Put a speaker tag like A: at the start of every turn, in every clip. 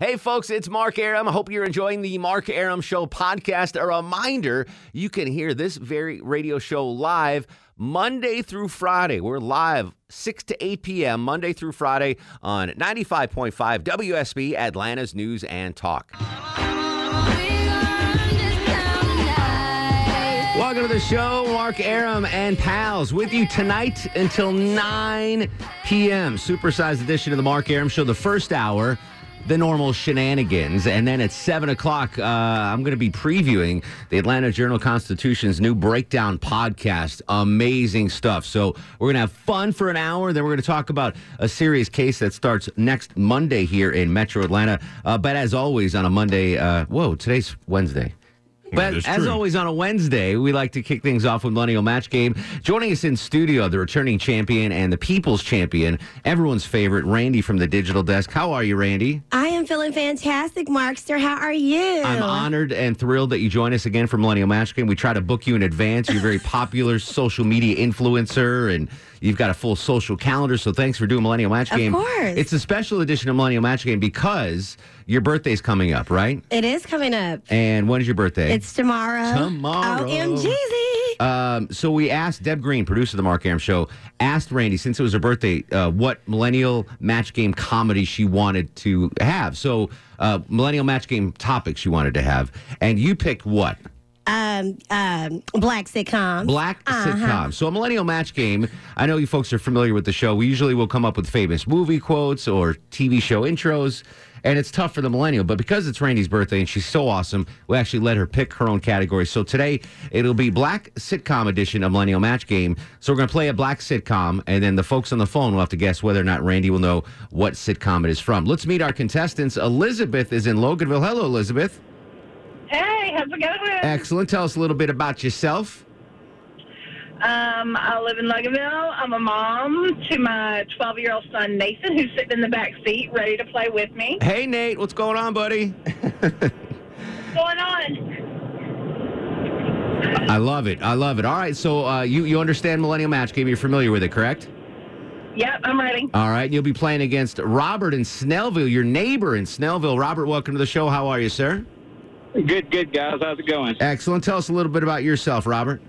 A: Hey, folks, it's Mark Aram. I hope you're enjoying the Mark Aram Show podcast. A reminder you can hear this very radio show live Monday through Friday. We're live 6 to 8 p.m., Monday through Friday on 95.5 WSB, Atlanta's News and Talk. Welcome to the show, Mark Aram and pals, with you tonight until 9 p.m. Supersized edition of the Mark Aram Show, the first hour, the normal shenanigans. And then at 7 o'clock, uh, I'm going to be previewing the Atlanta Journal Constitution's new breakdown podcast. Amazing stuff. So we're going to have fun for an hour. Then we're going to talk about a serious case that starts next Monday here in Metro Atlanta. Uh, but as always, on a Monday, uh, whoa, today's Wednesday.
B: That
A: But
B: is
A: as
B: true.
A: always on a Wednesday, we like to kick things off with Millennial Match Game. Joining us in studio, the returning champion and the people's champion, everyone's favorite, Randy from the digital desk. How are you, Randy?
C: I am feeling fantastic, Markster. How are you?
A: I'm honored and thrilled that you join us again for Millennial Match Game. We try to book you in advance. You're a very popular social media influencer, and you've got a full social calendar. So thanks for doing Millennial Match
C: Of
A: Game.
C: course.
A: It's a special edition of Millennial Match Game because your birthday's coming up, right?
C: It is coming up.
A: And when is your birthday?
C: It's tomorrow.
A: Tomorrow.
C: OMGZ.
A: Um, so we asked Deb Green, producer of the Mark Aram Show, asked Randy since it was her birthday, uh, what millennial match game comedy she wanted to have. So uh, millennial match game topic she wanted to have, and you picked what?
C: Um, um, black sitcom.
A: Black sitcom. So a millennial match game. I know you folks are familiar with the show. We usually will come up with famous movie quotes or TV show intros, and it's tough for the millennial. But because it's Randy's birthday and she's so awesome, we actually let her pick her own category. So today it'll be black sitcom edition of millennial match game. So we're gonna play a black sitcom, and then the folks on the phone will have to guess whether or not Randy will know what sitcom it is from. Let's meet our contestants. Elizabeth is in Loganville. Hello, Elizabeth.
D: Hey, how's it going?
A: Excellent. Tell us a little bit about yourself.
D: Um, I live in Loganville. I'm a mom to my 12 year old son, Nathan, who's sitting in the back seat ready to play with me.
A: Hey, Nate. What's going on, buddy?
D: What's going on?
A: I love it. I love it. All right. So uh, you you understand Millennial Match Game? You're familiar with it, correct?
D: Yep, I'm ready.
A: All right. You'll be playing against Robert in Snellville, your neighbor in Snellville. Robert, welcome to the show. How are you, sir?
E: Good, good guys. How's it going?
A: Excellent. Tell us a little bit about yourself, Robert.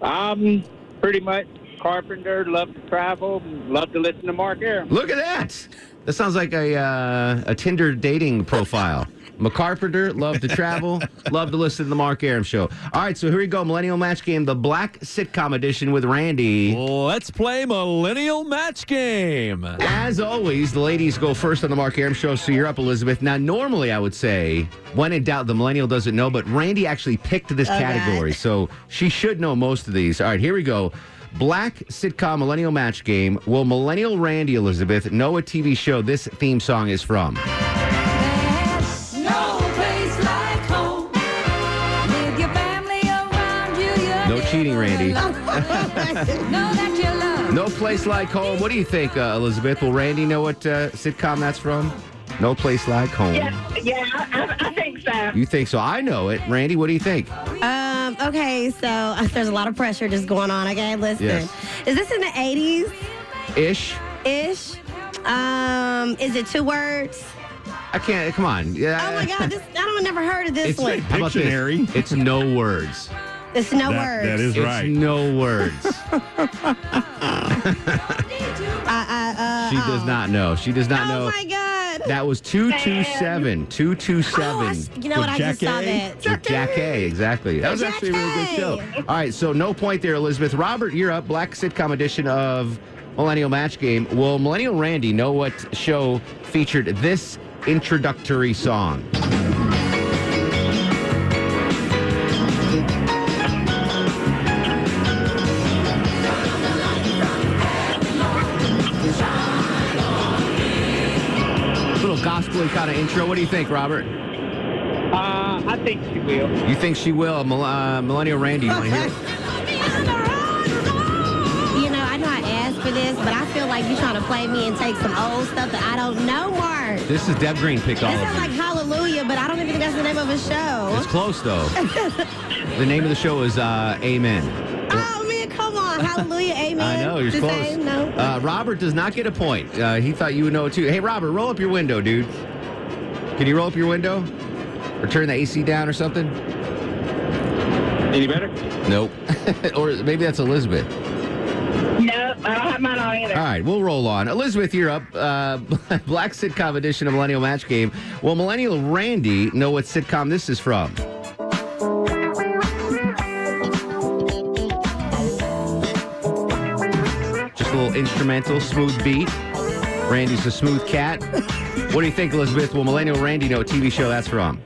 E: I'm pretty much carpenter. Love to travel. Love to listen to Mark Aram.
A: Look at that. That sounds like a uh, a Tinder dating profile. I'm a carpenter, love to travel, love to listen to the Mark Aram show. All right, so here we go, Millennial Match Game, the Black Sitcom Edition with Randy.
F: Let's play Millennial Match Game.
A: As always, the ladies go first on the Mark Aram show, so you're up, Elizabeth. Now, normally I would say, when in doubt, the millennial doesn't know, but Randy actually picked this
C: Oh, God.
A: category, so she should know most of these. All right, here we go. Black sitcom millennial match game. Will millennial Randy Elizabeth know what TV show this theme song is from? No
G: No
A: cheating, Randy.
G: Know that you love.
A: No place like home. What do you think, uh, Elizabeth? Will Randy know what uh, sitcom that's from? No place like home.
D: Yeah, yeah, I, I think so.
A: You think so? I know it. Randy, what do you think?
C: Um, okay, so uh, there's a lot of pressure just going on. Okay, listen.
A: Yes.
C: Is this in the 80s
A: Ish.
C: ish? Um, is it two words?
A: I can't. Come on. Yeah.
C: Oh my God, this, I don't never heard of this one.
A: How about this?
B: Dictionary.
A: It's no words.
C: It's no
B: That-
C: words.
B: that is
A: it's
B: right.
A: no words.
C: Uh, uh, uh,
A: She does
C: oh.
A: not know. She does not
C: Oh
A: know.
C: my God.
A: That was 227. 227.
C: Oh, I s- you know
B: With
C: what? I
B: Jack
C: just saw
B: A?
C: that.
A: With Jack A, exactly. That was
C: Jack
A: actually a really good
C: A.
A: show. All right, so no point there, Elizabeth. Robert, you're up. Black sitcom edition of Millennial Match Game. Will Millennial Randy know what show featured this introductory song?
B: Little
A: gospel kind of intro. What do you think, Robert?
E: Uh, I think she will.
A: You think she will? Mil- uh, Millennial Randy, you want to hear? it?
C: You know, I know I asked for this, but I feel like you're trying to play me and take some old stuff that I don't know, Mark.
A: This is Deb Green picked all
C: That
A: of
C: sounds
A: them.
C: like Hallelujah, but I don't even think that's the name of a show.
A: It's close though. the name of the show is uh, Amen.
C: Oh man, come on, Hallelujah, Amen.
A: I know you're
C: the
A: close.
C: Same? No.
A: Uh, Robert does not get a point. Uh, he thought you would know it too. Hey, Robert, roll up your window, dude. Can you roll up your window or turn the AC down or something?
E: Any better?
A: Nope. or maybe that's Elizabeth.
D: No, I don't have mine on either.
A: All right, we'll roll on. Elizabeth, you're up. Uh, Black sitcom edition of Millennial Match Game. Will Millennial Randy know what sitcom this is from? Just a little instrumental, smooth beat. Randy's a smooth cat. What do you think, Elizabeth? Will Millennial Randy know what TV show that's from?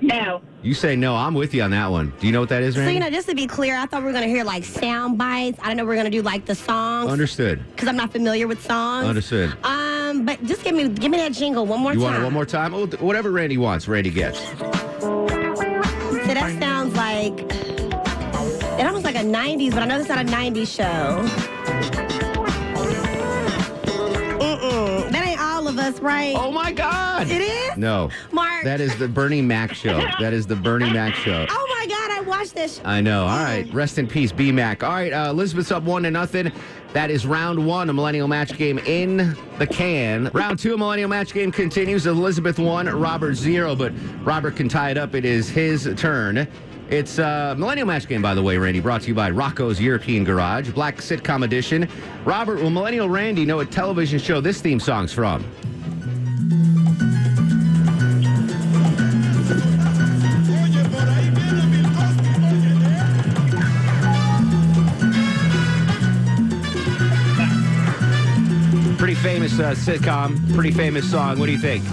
D: No.
A: You say no. I'm with you on that one. Do you know what that is,
C: So
A: Randy?
C: you know, just to be clear, I thought we were gonna hear like sound bites. I don't know we're gonna do like the songs
A: Understood.
C: because I'm not familiar with songs.
A: Understood.
C: Um, but just give me give me that jingle one more
A: You
C: time.
A: want it one more time? Oh, th- whatever Randy wants, Randy gets.
C: So that sounds like it almost like a '90s, but I know it's not a '90s show. Mm-mm. That ain't all of us, right?
A: Oh my God!
C: It is.
A: No.
C: Mark.
A: That is the Bernie Mac show. That is the Bernie Mac show.
C: Oh my God, I watched this.
A: I know. All right. Rest in peace, B Mac. All right. Uh, Elizabeth's up one to nothing. That is round one, a millennial match game in the can. Round two, a millennial match game continues. Elizabeth one, Robert zero, but Robert can tie it up. It is his turn. It's uh, millennial match game, by the way, Randy. Brought to you by Rocco's European Garage, Black Sitcom Edition. Robert, will millennial Randy know what television show this theme song's from? Pretty famous uh, sitcom, pretty famous song. What do you think?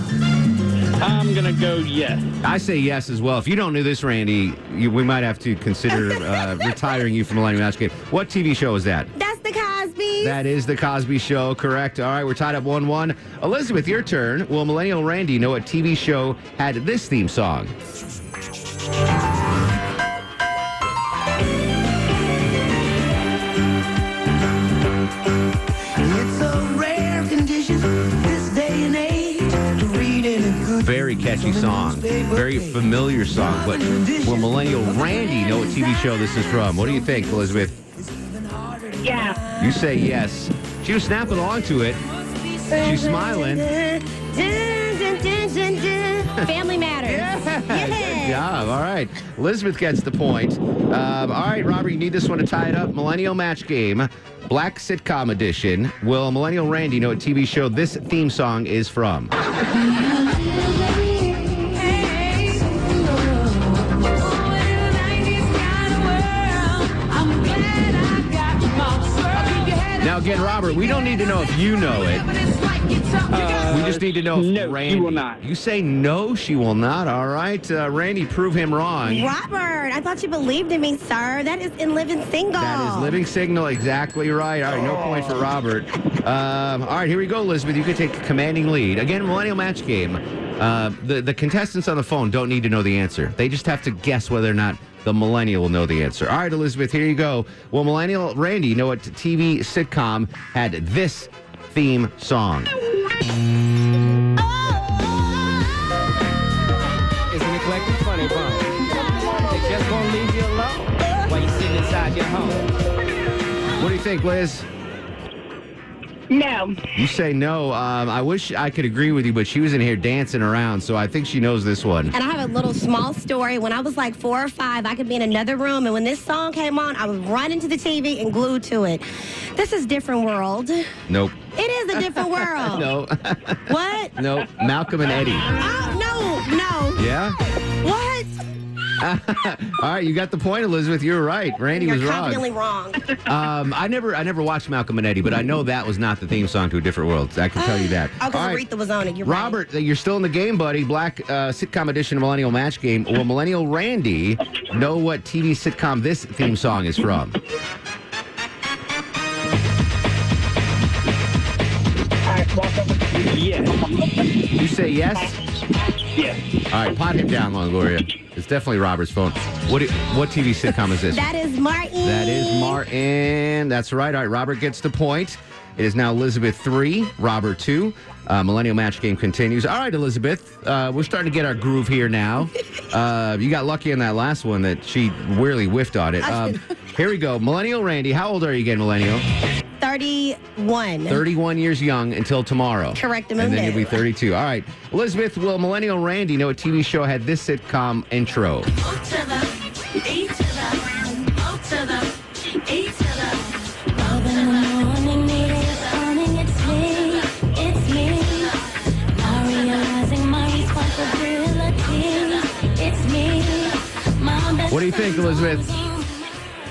E: I'm gonna go yes.
A: I say yes as well. If you don't know this, Randy, you, we might have to consider uh, retiring you from Millennium Match Game. What TV show is that?
C: That's the Cosby.
A: That is The Cosby Show, correct. All right, we're tied up 1 1. Elizabeth, your turn. Will Millennial Randy know what TV show had this theme song?
B: It's a rare condition this day and age to read in a good
A: Very catchy song, very familiar song. But will Millennial Randy know what TV show this is from? What do you think, Elizabeth?
D: Yeah.
A: You say yes. She was snapping along to it. She's smiling.
C: Dun, dun, dun, dun, dun. Family Matters.
A: Yeah,
C: Yeah.
A: Good job. All right. Elizabeth gets the point. Um, all right, Robert, you need this one to tie it up. Millennial Match Game, Black Sitcom Edition. Will Millennial Randy know what TV show this theme song is from? Now, again, Robert, we don't need to know if you know it. Uh, We just need to know if
E: No, she
A: Randy.
E: will not.
A: You say no, she will not. All right. Uh, Randy, prove him wrong.
C: Robert, I thought you believed in me, sir. That is in living single.
A: That is Living Signal, exactly right. All right, no point for Robert. Um, all right, here we go, Elizabeth. You can take a commanding lead. Again, Millennial Match Game. Uh, the, the contestants on the phone don't need to know the answer. They just have to guess whether or not the millennial will know the answer. All right, Elizabeth, here you go. Well, Millennial Randy, you know what TV sitcom had this theme song?
H: It's an eclectic funny bone. They just won't leave you alone while you sitting inside your home.
A: What do you think, Liz?
D: No.
A: You say no. Um, I wish I could agree with you, but she was in here dancing around, so I think she knows this one.
C: And I have a little small story. When I was like four or five, I could be in another room, and when this song came on, I would run into the TV and glue to it. This is different world. It
A: Nope.
C: is a different world.
A: No.
C: What?
A: No, Malcolm and Eddie.
C: Oh no, no.
A: Yeah.
C: What?
A: All right, you got the point, Elizabeth. You were right. Randy
C: You're
A: was
C: confidently
A: wrong.
C: wrong.
A: Um, I never, I never watched Malcolm and Eddie, but I know that was not the theme song to a different world. I can tell you that.
C: Oh,
A: All
C: because
A: right,
C: Aretha was on it. You're right.
A: Robert, you're still in the game, buddy. Black uh, sitcom edition of Millennial Match Game. Will Millennial Randy know what TV sitcom this theme song is from?
D: All right, walk over to
E: Yeah.
A: You say yes?
E: Yeah.
A: All right, pot him down, Longoria. It's definitely Robert's phone. What do, what TV sitcom is this?
C: That is Martin.
A: That is Martin. That's right. All right, Robert gets the point. It is now Elizabeth three, Robert two. Uh, millennial match game continues. All right, Elizabeth, uh, we're starting to get our groove here now. Uh, you got lucky in that last one that she really whiffed on it. Um, here we go. Millennial Randy, how old are you again, Millennial?
C: 31.
A: 31 years young until tomorrow.
C: Correct,
A: And then
C: Mundo.
A: you'll be 32. All right. Elizabeth, will Millennial Randy know what TV show had this sitcom intro? What do you think, Elizabeth?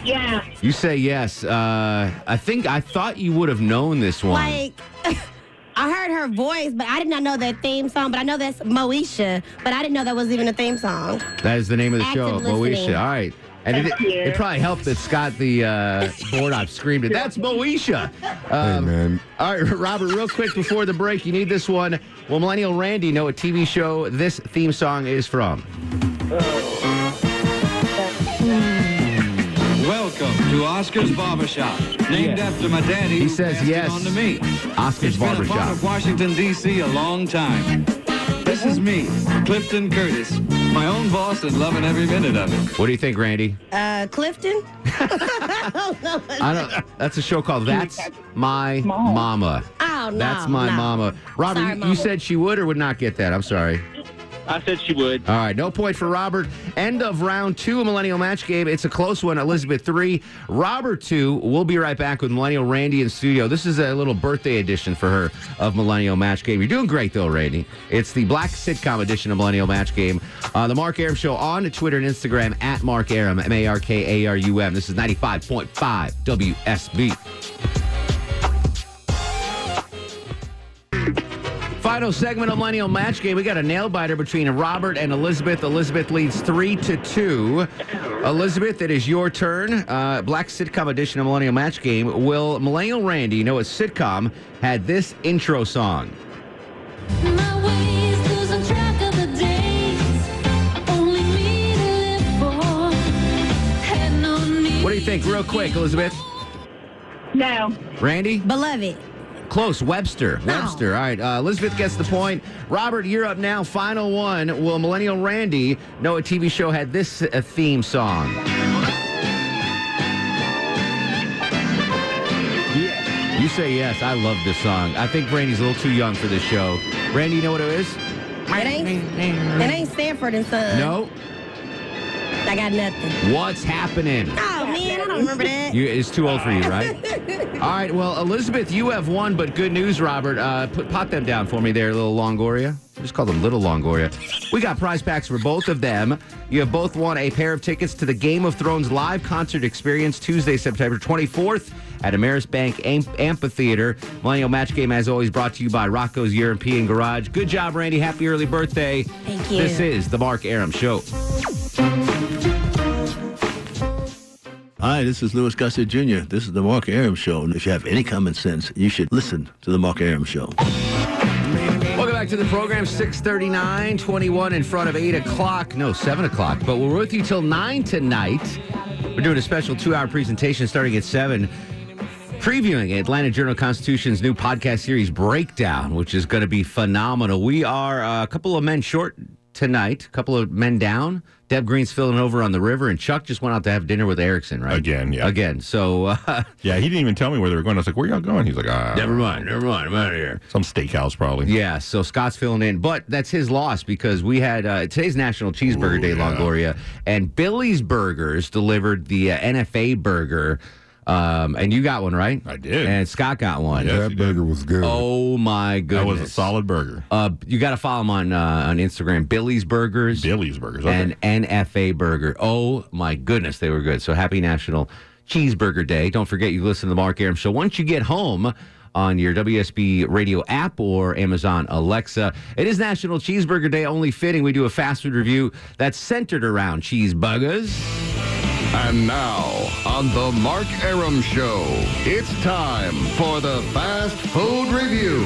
D: Yeah.
A: You say yes. Uh, I think I thought you would have known this one.
C: Like, I heard her voice, but I did not know that theme song. But I know that's Moesha, but I didn't know that was even a theme song.
A: that is the name of the show,
C: Active listening.
A: Moesha. All right. And it,
D: Thank you.
A: it probably helped that Scott the uh, board op screamed it. That's Moesha. Um,
I: man.
A: All right, Robert, real quick before the break, you need this one. Will Millennial Randy know what TV show this theme song is from?
J: Welcome to Oscar's Barbershop, named
A: Yeah.
J: after my daddy.
A: He
J: who
A: says
J: passed it
A: yes.
J: On to me.
A: Oscar's
J: It's been a part
A: Barbershop.
J: of Washington D.C. a long time. This is me, Clifton Curtis, my own boss, and loving every minute of it.
A: What do you think, Randy?
C: Uh, Clifton?
A: I don't. That's a show called That's My Mama.
C: Oh, no.
A: That's my
C: no.
A: mama. Robert,
C: Sorry,
A: you- you
C: Mama.
A: said she would or would not get that. I'm sorry.
E: I said she would.
A: All right, no point for Robert. End of round two, of Millennial Match Game. It's a close one. Elizabeth three, Robert two. We'll be right back with Millennial Randy in studio. This is a little birthday edition for her of Millennial Match Game. You're doing great though, Randy. It's the black sitcom edition of Millennial Match Game. Uh, the Mark Aram Show on Twitter and Instagram at Mark Aram M A R K A R U M. This is 95.5 WSB. Final segment of Millennial Match Game. We got a nail biter between Robert and Elizabeth. Elizabeth leads three to two. Elizabeth, it is your turn. Uh, Black sitcom edition of Millennial Match Game. Will Millennial Randy know a sitcom had this intro song? What do you think, real quick, Elizabeth?
D: No.
A: Randy?
C: Beloved.
A: Close. Webster. Webster. All right. Uh, Elizabeth gets the point. Robert, you're up now. Final one. Will Millennial Randy know a TV show had this uh, theme song?
E: Yeah.
A: You say yes. I love this song. I think Brandy's a little too young for this show. Brandy, you know what it is?
C: It ain't, it ain't Stanford and Son.
A: No.
C: I got nothing.
A: What's happening?
C: Oh, man, I don't remember that.
A: You, it's too old for you, right? All right. Well, Elizabeth, you have won, but good news, Robert. Uh, put, pop them down for me there, little Longoria. I just call them Little Longoria. We got prize packs for both of them. You have both won a pair of tickets to the Game of Thrones live concert experience Tuesday, September 24th at Ameris Bank Am- Amphitheater. Millennial Match Game, as always, brought to you by Rocco's European Garage. Good job, Randy. Happy early birthday.
C: Thank you.
A: This is the Mark Aram Show.
I: Hi, this is Louis Gossett Jr. This is the Mark Aram Show. And if you have any common sense, you should listen to the Mark Aram Show.
A: Welcome back to the program. 639, 21 in front of 8 o'clock. No, 7 o'clock. But we're with you till 9 tonight. We're doing a special two-hour presentation starting at 7. Previewing Atlanta Journal Constitution's new podcast series, Breakdown, which is going to be phenomenal. We are uh, a couple of men short tonight, a couple of men down. Deb Green's filling over on the river, and Chuck just went out to have dinner with Erickson, right?
I: Again, yeah.
A: Again. So, uh,
I: Yeah, he didn't even tell me where they were going. I was like, where y'all going? He's like,
K: "Uh,
I: ah.
A: never mind, never mind. I'm out of here.
I: Some steakhouse, probably.
A: Yeah, so Scott's filling in, but that's his loss because we had uh, today's National Cheeseburger
I: Ooh,
A: Day,
I: yeah.
A: Longoria, and Billy's Burgers delivered the uh, NFA burger, um, and you got one right.
I: I did.
A: and Scott got one.
I: Yes, he
L: That
I: did.
L: burger was good.
A: Oh my goodness,
I: That was a solid burger.
A: Uh, you got to follow him on uh, on Instagram, Billy's Burgers
I: Billy's Burgers. Okay.
A: and NFA Burger. Oh my goodness, they were good. So happy National Cheeseburger Day. Don't forget you listen to the Mark Aram Show. Once you get home on your WSB radio app or Amazon Alexa, it is National Cheeseburger Day. Only fitting we do a fast food review that's centered around cheeseburgers.
L: And now, on The Mark Aram Show, it's time for the Fast Food Review.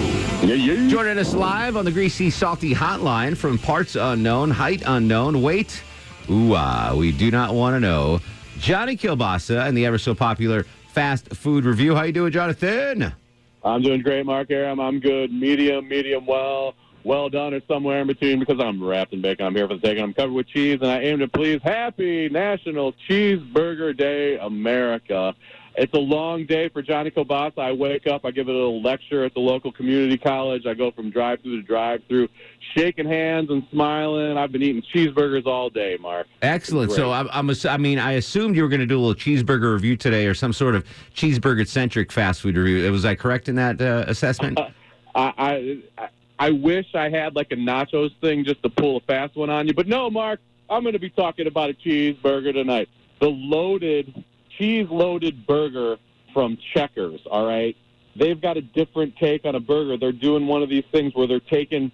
A: Joining us live on the Greasy Salty Hotline from parts unknown, height unknown, weight. Ooh, ah, we do not want to know. Johnny Kilbasa and the ever so popular Fast Food Review. How you doing, Jonathan?
M: I'm doing great, Mark Aram. I'm good. Medium, medium well. Well done or somewhere in between because I'm wrapped in bacon. I'm here for the taking. I'm covered with cheese, and I aim to please. Happy National Cheeseburger Day, America. It's a long day for Johnny Kobasa. I wake up, I give a little lecture at the local community college. I go from drive through to drive through, shaking hands and smiling. I've been eating cheeseburgers all day, Mark.
A: Excellent. So I'm, I'm ass- I mean, I assumed you were going to do a little cheeseburger review today or some sort of cheeseburger centric fast food review. Was I correct in that uh, assessment?
M: I, I I wish I had like a nachos thing just to pull a fast one on you, but no, Mark, I'm going to be talking about a cheeseburger tonight. The loaded cheese loaded burger from Checkers. All right, they've got a different take on a burger. They're doing one of these things where they're taking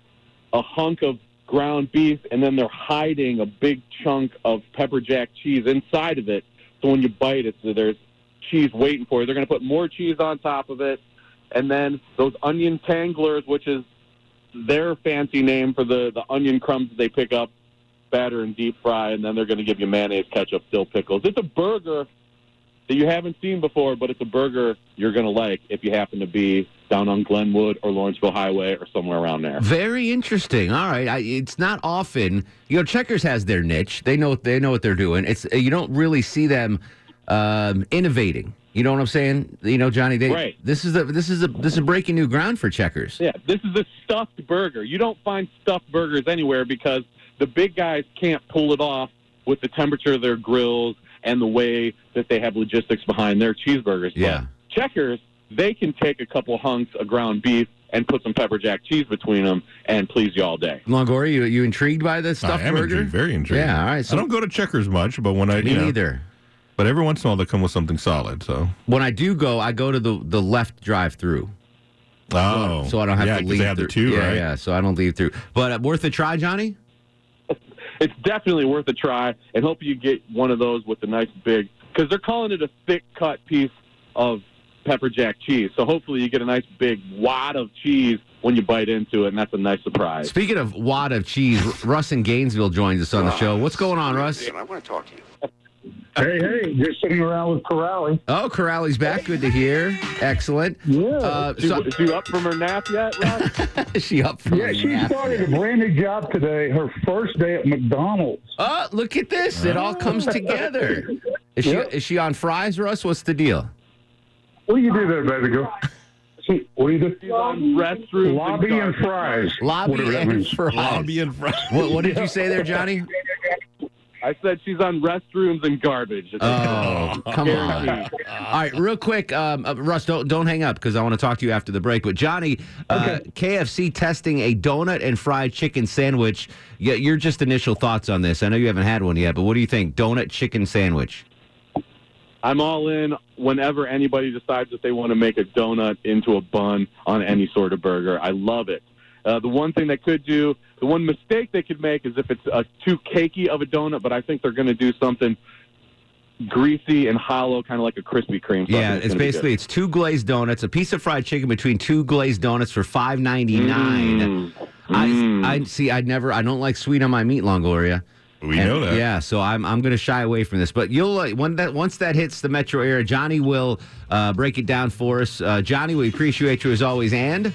M: a hunk of ground beef and then they're hiding a big chunk of pepper jack cheese inside of it. So when you bite it, so there's cheese waiting for you. They're going to put more cheese on top of it, and then those onion tanglers, which is their fancy name for the the onion crumbs that they pick up, batter and deep fry, and then they're going to give you mayonnaise, ketchup, dill pickles. It's a burger that you haven't seen before, but it's a burger you're going to like if you happen to be down on Glenwood or Lawrenceville Highway or somewhere around there.
A: Very interesting. All right, I, it's not often you know Checkers has their niche. They know they know what they're doing. It's you don't really see them um, innovating. You know what I'm saying? You know, Johnny. They,
M: Right.
A: This is a this is a this is breaking new ground for Checkers.
M: Yeah, this is a stuffed burger. You don't find stuffed burgers anywhere because the big guys can't pull it off with the temperature of their grills and the way that they have logistics behind their cheeseburgers.
A: Yeah.
M: But checkers, they can take a couple hunks of ground beef and put some pepper jack cheese between them and please you all day.
A: Longoria, you you intrigued by this stuff?
K: I am
A: burger?
K: intrigued, very intrigued.
A: Yeah. All right. So
K: I don't go to Checkers much, but when I
A: Me
K: you know,
A: neither.
K: But every once in a while they come with something solid. So
A: when I do go, I go to the the left drive through.
K: Oh.
A: so I don't have
K: Yeah,
A: to
K: 'cause
A: leave.
K: they have the
A: through.
K: two,
A: yeah,
K: right?
A: Yeah, so I don't leave through. But uh, worth a try, Johnny.
M: It's definitely worth a try and hope you get one of those with the nice big because they're calling it a thick cut piece of pepper jack cheese. So hopefully you get a nice big wad of cheese when you bite into it, and that's a nice surprise.
A: Speaking of wad of cheese, R- Russ in Gainesville joins us on the show. What's going on, Russ?
N: I want to talk to you.
O: Hey, hey, just sitting around with Corrali.
A: Oh, Corrali's back. Good to hear. Excellent. Yeah. Uh,
M: Is she- is she up from her nap yet, Russ?
A: Is she up from
O: Yeah,
A: her
O: she
A: nap
O: started
A: yet?
O: a brand new job today, her first day at McDonald's.
A: Oh, look at this. It all comes together. Is she is she on fries, Russ? What's the deal?
O: What do you do there, baby girl? See, what do you do?
M: restrooms
O: Lobby
A: and
O: and fries.
A: Lobby
O: Whatever that
A: and
O: means.
A: fries. Lobby and fries. What, what did you say there, Johnny?
M: I said she's on restrooms and garbage. It's
A: Oh,
M: like-
A: come on. All right, real quick, um, uh, Russ, don't, don't hang up because I want to talk to you after the break. But, Johnny, uh, KFC testing a donut and fried chicken sandwich. Yeah, your just initial thoughts on this. I know you haven't had one yet, but what do you think? Donut chicken sandwich.
M: I'm all in whenever anybody decides that they want to make a donut into a bun on any sort of burger. I love it. Uh, the one thing they could do, the one mistake they could make is if it's uh too cakey of a donut, but I think they're going to do something greasy and hollow, kind of like a Krispy Kreme. So I
A: yeah,
M: think
A: it's
M: gonna be good.
A: basically it's two glazed donuts, a piece of fried chicken between two glazed donuts for five ninety
M: Mm,
A: nine. I I see. I never. I don't like sweet on my meat, Longoria.
K: We know that.
A: Yeah, so I'm I'm going to shy away from this. But you'll uh, when that once that hits the metro area, Johnny will uh, break it down for us. Uh, Johnny, we appreciate you as always. And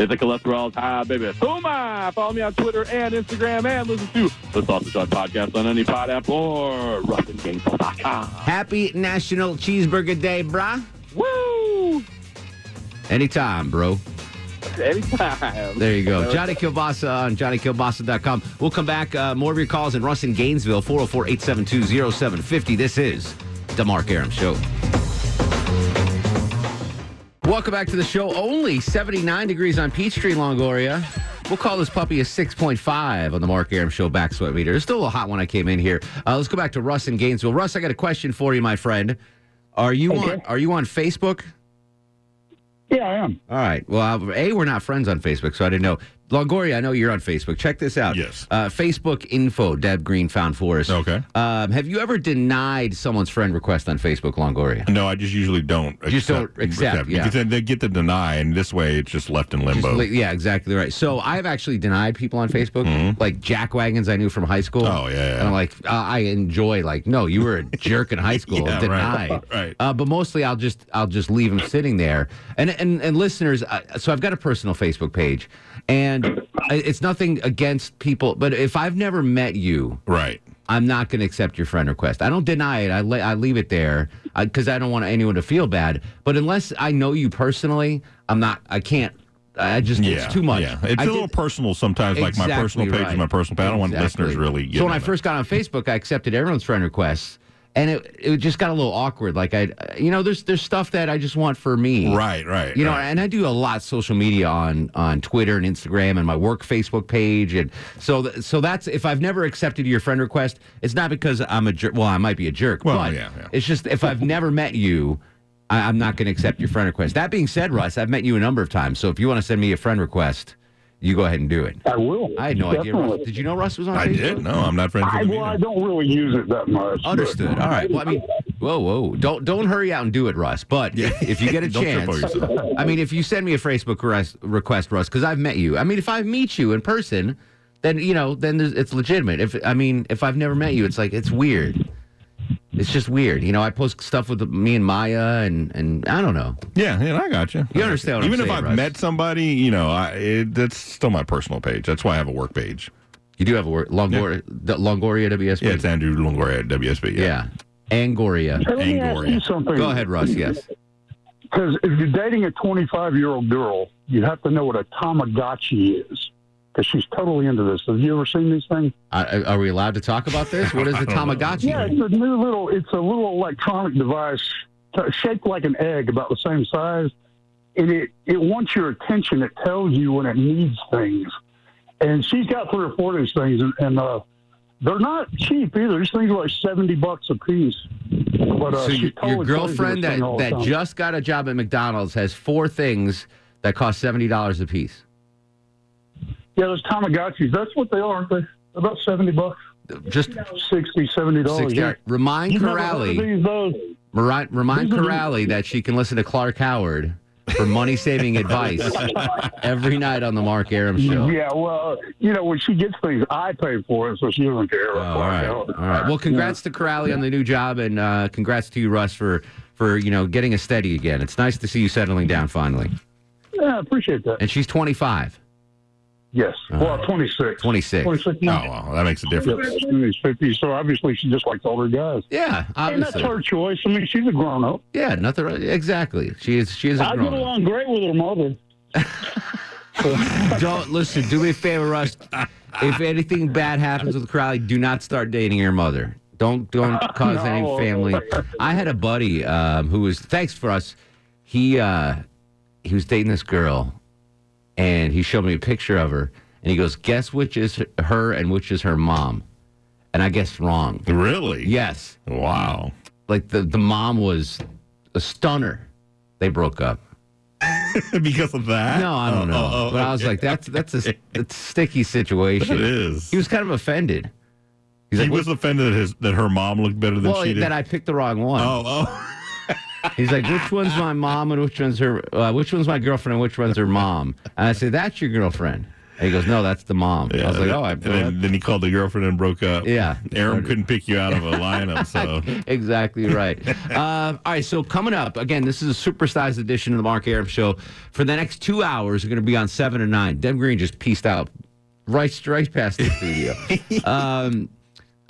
M: It's like a left roll, ah, baby. Puma! Follow me on Twitter and Instagram and listen to the Sausage on Podcast on any pod app or ruffingangsel.com.
A: happy National Cheeseburger Day, brah.
M: Woo!
A: Anytime, bro.
M: Anytime.
A: There you go. Johnny Kilbasa on johnnykilbasa.com. We'll come back. Uh, more of your calls in Russ in Gainesville, 404-872-0750. This is the Mark Aram Show. Welcome back to the show. Only 79 degrees on Peachtree, Longoria. We'll call this puppy a 6.5 on the Mark Aram Show back sweat meter. It's still a hot when I came in here. Uh, let's go back to Russ in Gainesville. Russ, I got a question for you, my friend. Are you on Are you on Facebook?
O: Yeah, I am.
A: All right. Well, I- a we're not friends on Facebook, so I didn't know. Longoria, I know you're on Facebook. Check this out. Yes. Uh, Facebook info Deb Green found for us. Okay. Um, have you ever denied someone's friend request on Facebook, Longoria?
K: No, I just usually don't.
A: You just don't accept, yeah.
K: Because then they get the deny, and this way it's just left in limbo.
A: Li- Yeah, exactly right. So I've actually denied people on Facebook,
K: Mm-hmm.
A: like Jack Wagons I knew from high school. Oh, yeah. And I'm like, uh, I enjoy, like, no, you were a jerk in high school.
K: Yeah, right.
A: denied. Uh, but mostly I'll just I'll just leave them sitting there. And and and listeners, uh, so I've got a personal Facebook page, and I- it's nothing against people, but if I've never met you,
K: right,
A: I'm not going to accept your friend request. I don't deny it. I le- I leave it there because I, don't want anyone to feel bad. But unless I know you personally, I'm not. I can't. I just
K: Yeah,
A: it's too much.
K: yeah. It's
A: I
K: a little personal sometimes, like my personal page is my personal page. I don't want listeners really
A: So
K: getting
A: when I
K: on it.
A: first got on Facebook, I accepted everyone's friend requests, and it it just got a little awkward. Like I, you know, there's there's stuff that I just want for me.
K: Right, right,
A: You know, and I do a lot of social media on on Twitter and Instagram and my work Facebook page, and so th- so that's if I've never accepted your friend request, it's not because I'm a jerk. Well, I might be a jerk,
K: Well,
A: but
K: yeah, yeah.
A: it's just if I've never met you. I, I'm not going to accept your friend request. That being said, Russ, I've met you a number of times. So if you want to send me a friend request, you go ahead and do it.
O: I will.
A: I had no idea. Russ.
O: Definitely.
A: Did you know Russ was on
K: I
A: Facebook?
K: did. No, I'm not friends with
O: I,
K: him
O: well, I don't really use it that much. but-
A: Understood. All right. Well, I mean, whoa, whoa. Don't don't hurry out and do it, Russ. But if you get a
K: Don't trip
A: chance,
K: over yourself.
A: I mean, if you send me a Facebook res- request, Russ, because I've met you. I mean, if I meet you in person, then you know, then there's, it's legitimate. If I mean, if I've never met you, it's like it's weird. It's just weird. You know, I post stuff with me and Maya, and and I don't know.
K: Yeah, and I got you.
A: You understand? What
K: Even
A: I'm
K: if
A: saying,
K: I've
A: Russ.
K: met somebody, you know, I, it, that's still my personal page. That's why I have a work page.
A: You do have a work Longoria, Longoria WSB.
K: Yeah, it's Andrew Longoria at WSB.
A: Yeah, Angoria.
O: Hey, let me ask you something.
A: Go ahead, Russ. Yes.
O: Because if you're dating a 25 year old girl, you have to know what a Tamagotchi is. Because she's totally into this. Have you ever seen these things?
A: Are, are we allowed to talk about this? What is
O: I
A: the
O: don't know.
A: Tamagotchi?
O: Yeah, it's a new little. It's a little electronic device t- shaped like an egg, about the same size, and it it wants your attention. It tells you when it needs things, and she's got three or four of these things, and, and uh, they're not cheap either. These things are like seventy bucks a piece. But uh,
A: so
O: she totally
A: your, your
O: plays with
A: girlfriend
O: this
A: that,
O: thing all the
A: that
O: time.
A: just got a job at McDonald's has four things that cost seventy dollars a piece.
O: yeah, those Tamagotchis. That's what they are. Aren't they? About seventy bucks.
A: Just
O: sixty, seventy dollars.
A: 60
O: Yeah.
A: Remind
O: You've never heard of
A: Corrali-
O: these, though?
A: Remind, remind
O: These are the-
A: Corrali that she can listen to Clark Howard for money saving advice every night on the Mark Aram show.
O: Yeah, well, you know, when she gets things, I pay for it, so she doesn't care.
A: Oh, All right, all right. Well, congrats to Corrali on the new job, and uh, congrats to you, Russ, for for you know getting a steady again. It's nice to see you settling down finally.
O: Yeah, I appreciate that.
A: And she's twenty five.
O: Yes.
A: Uh-huh.
O: well, 26.
A: 26.
O: 26 now.
K: Oh, wow. That makes a
O: difference. She's 50, so obviously she just likes older guys.
A: Yeah, obviously.
O: And that's her choice. I mean, she's a grown up.
A: Yeah, nothing. wrong- Exactly. She is. She is a
O: I get
A: grown.
O: along great with her mother.
A: Don't listen. Do me a favor, Russ. If anything bad happens with Crowley, do not start dating your mother. Don't don't cause any family. I had a buddy um, who was thanks for us. He uh, he was dating this girl, and he showed me a picture of her, and he goes, "Guess which is her and which is her mom," and I guessed wrong.
K: Really?
A: Yes.
K: Wow.
A: Like the the mom was a stunner. They broke up.
K: because of that?
A: No, I don't
K: Oh,
A: know.
K: oh, oh,
A: but I was
K: okay.
A: like, that's that's a, that's a sticky situation.
K: That is.
A: He was kind of offended. He's
K: he
A: like,
K: was offended that his that her mom looked better than
A: well,
K: she did.
A: that I picked the wrong one.
K: oh, oh.
A: He's like, which one's my mom and which one's her? Uh, which one's my girlfriend and which one's her mom? And I said, that's your girlfriend. And he goes, no, that's the mom. I was like, oh, I.
K: and then, then he called the girlfriend and broke up.
A: Yeah.
K: Aram couldn't pick you out of a lineup, so
A: exactly right. Uh, all right, so coming up, again, this is a supersized edition of the Mark Aram Show. For the next two hours, we're going to be on 7 to 9. Deb Green just pieced out right, right past the studio. um,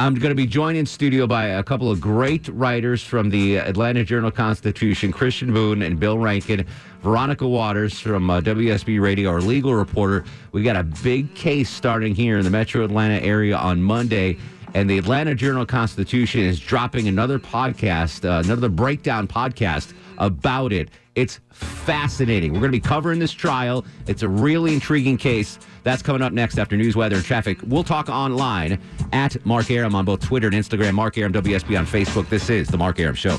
A: I'm going to be joined in studio by a couple of great writers from the Atlanta Journal Constitution, Christian Boone and Bill Rankin. Veronica Waters from uh, WSB Radio, our legal reporter. We got a big case starting here in the metro Atlanta area on Monday. And the Atlanta Journal Constitution is dropping another podcast, uh, another breakdown podcast about it. It's fascinating. We're going to be covering this trial. It's a really intriguing case. That's coming up next after news, weather, and traffic. We'll talk online at Mark Aram on both Twitter and Instagram, Mark Aram WSB on Facebook. This is The Mark Aram Show.